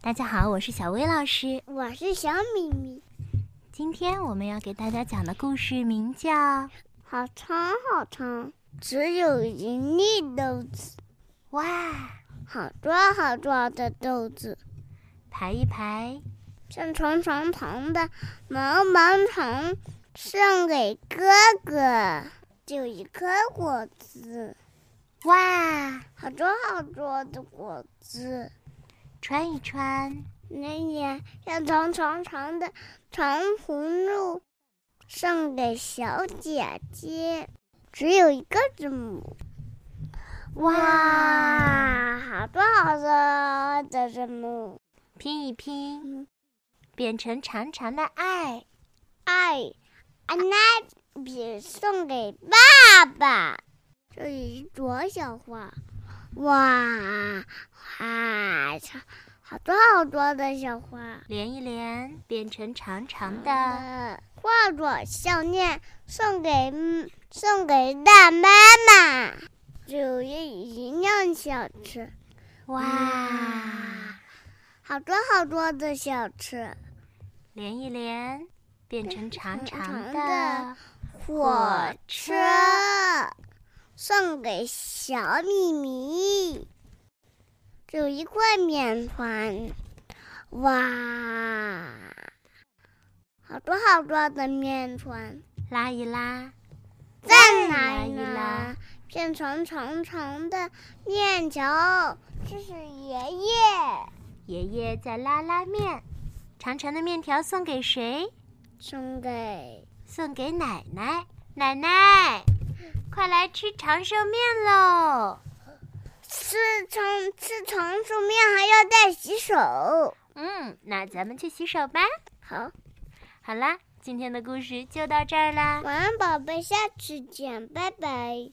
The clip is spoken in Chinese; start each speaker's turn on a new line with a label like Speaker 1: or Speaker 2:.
Speaker 1: 大家好，我是小薇老师。
Speaker 2: 我是小米米，
Speaker 1: 今天我们要给大家讲的故事名叫《
Speaker 2: 好长好长，只有一粒豆子，
Speaker 1: 哇
Speaker 2: 好多好多的豆子，
Speaker 1: 排一排
Speaker 2: 像长长长的毛毛虫，送给哥哥。就一颗果子，》，
Speaker 1: 哇，
Speaker 2: 好多好多的果子。
Speaker 1: 穿一穿，
Speaker 2: 那年像长长长的长葫芦，送给小姐姐，只有一个字母。哇，好多好多的字母！
Speaker 1: 拼一拼，
Speaker 2: 嗯
Speaker 1: 变成长长的爱。
Speaker 2: 爱，安娜哎比送给爸爸，这一朵小花。哇哇，好多好多的小花。
Speaker 1: 连一连，变成长长的
Speaker 2: 的花朵项链送给嗯送给大妈妈，只一一辆小吃，
Speaker 1: 哇，
Speaker 2: 好多好多的小吃，
Speaker 1: 连一连，变成长长
Speaker 2: 长长
Speaker 1: 的
Speaker 2: 的火车送给小米米，只有一块面团，哇，好多好多的面团。
Speaker 1: 拉一拉，
Speaker 2: 再
Speaker 1: 来
Speaker 2: 来
Speaker 1: 一拉
Speaker 2: 呢，变成长长的面条，这是爷爷。
Speaker 1: 爷爷在拉拉面。长长的面条送给谁？
Speaker 2: 送给
Speaker 1: 送给奶奶。奶奶，快来吃长寿面喽！
Speaker 2: 吃长吃长寿面还要带洗手。
Speaker 1: 嗯，那咱们去洗手吧。
Speaker 2: 好，
Speaker 1: 好啦，今天的故事就到这儿啦。
Speaker 2: 晚安，宝贝，下次见，拜拜。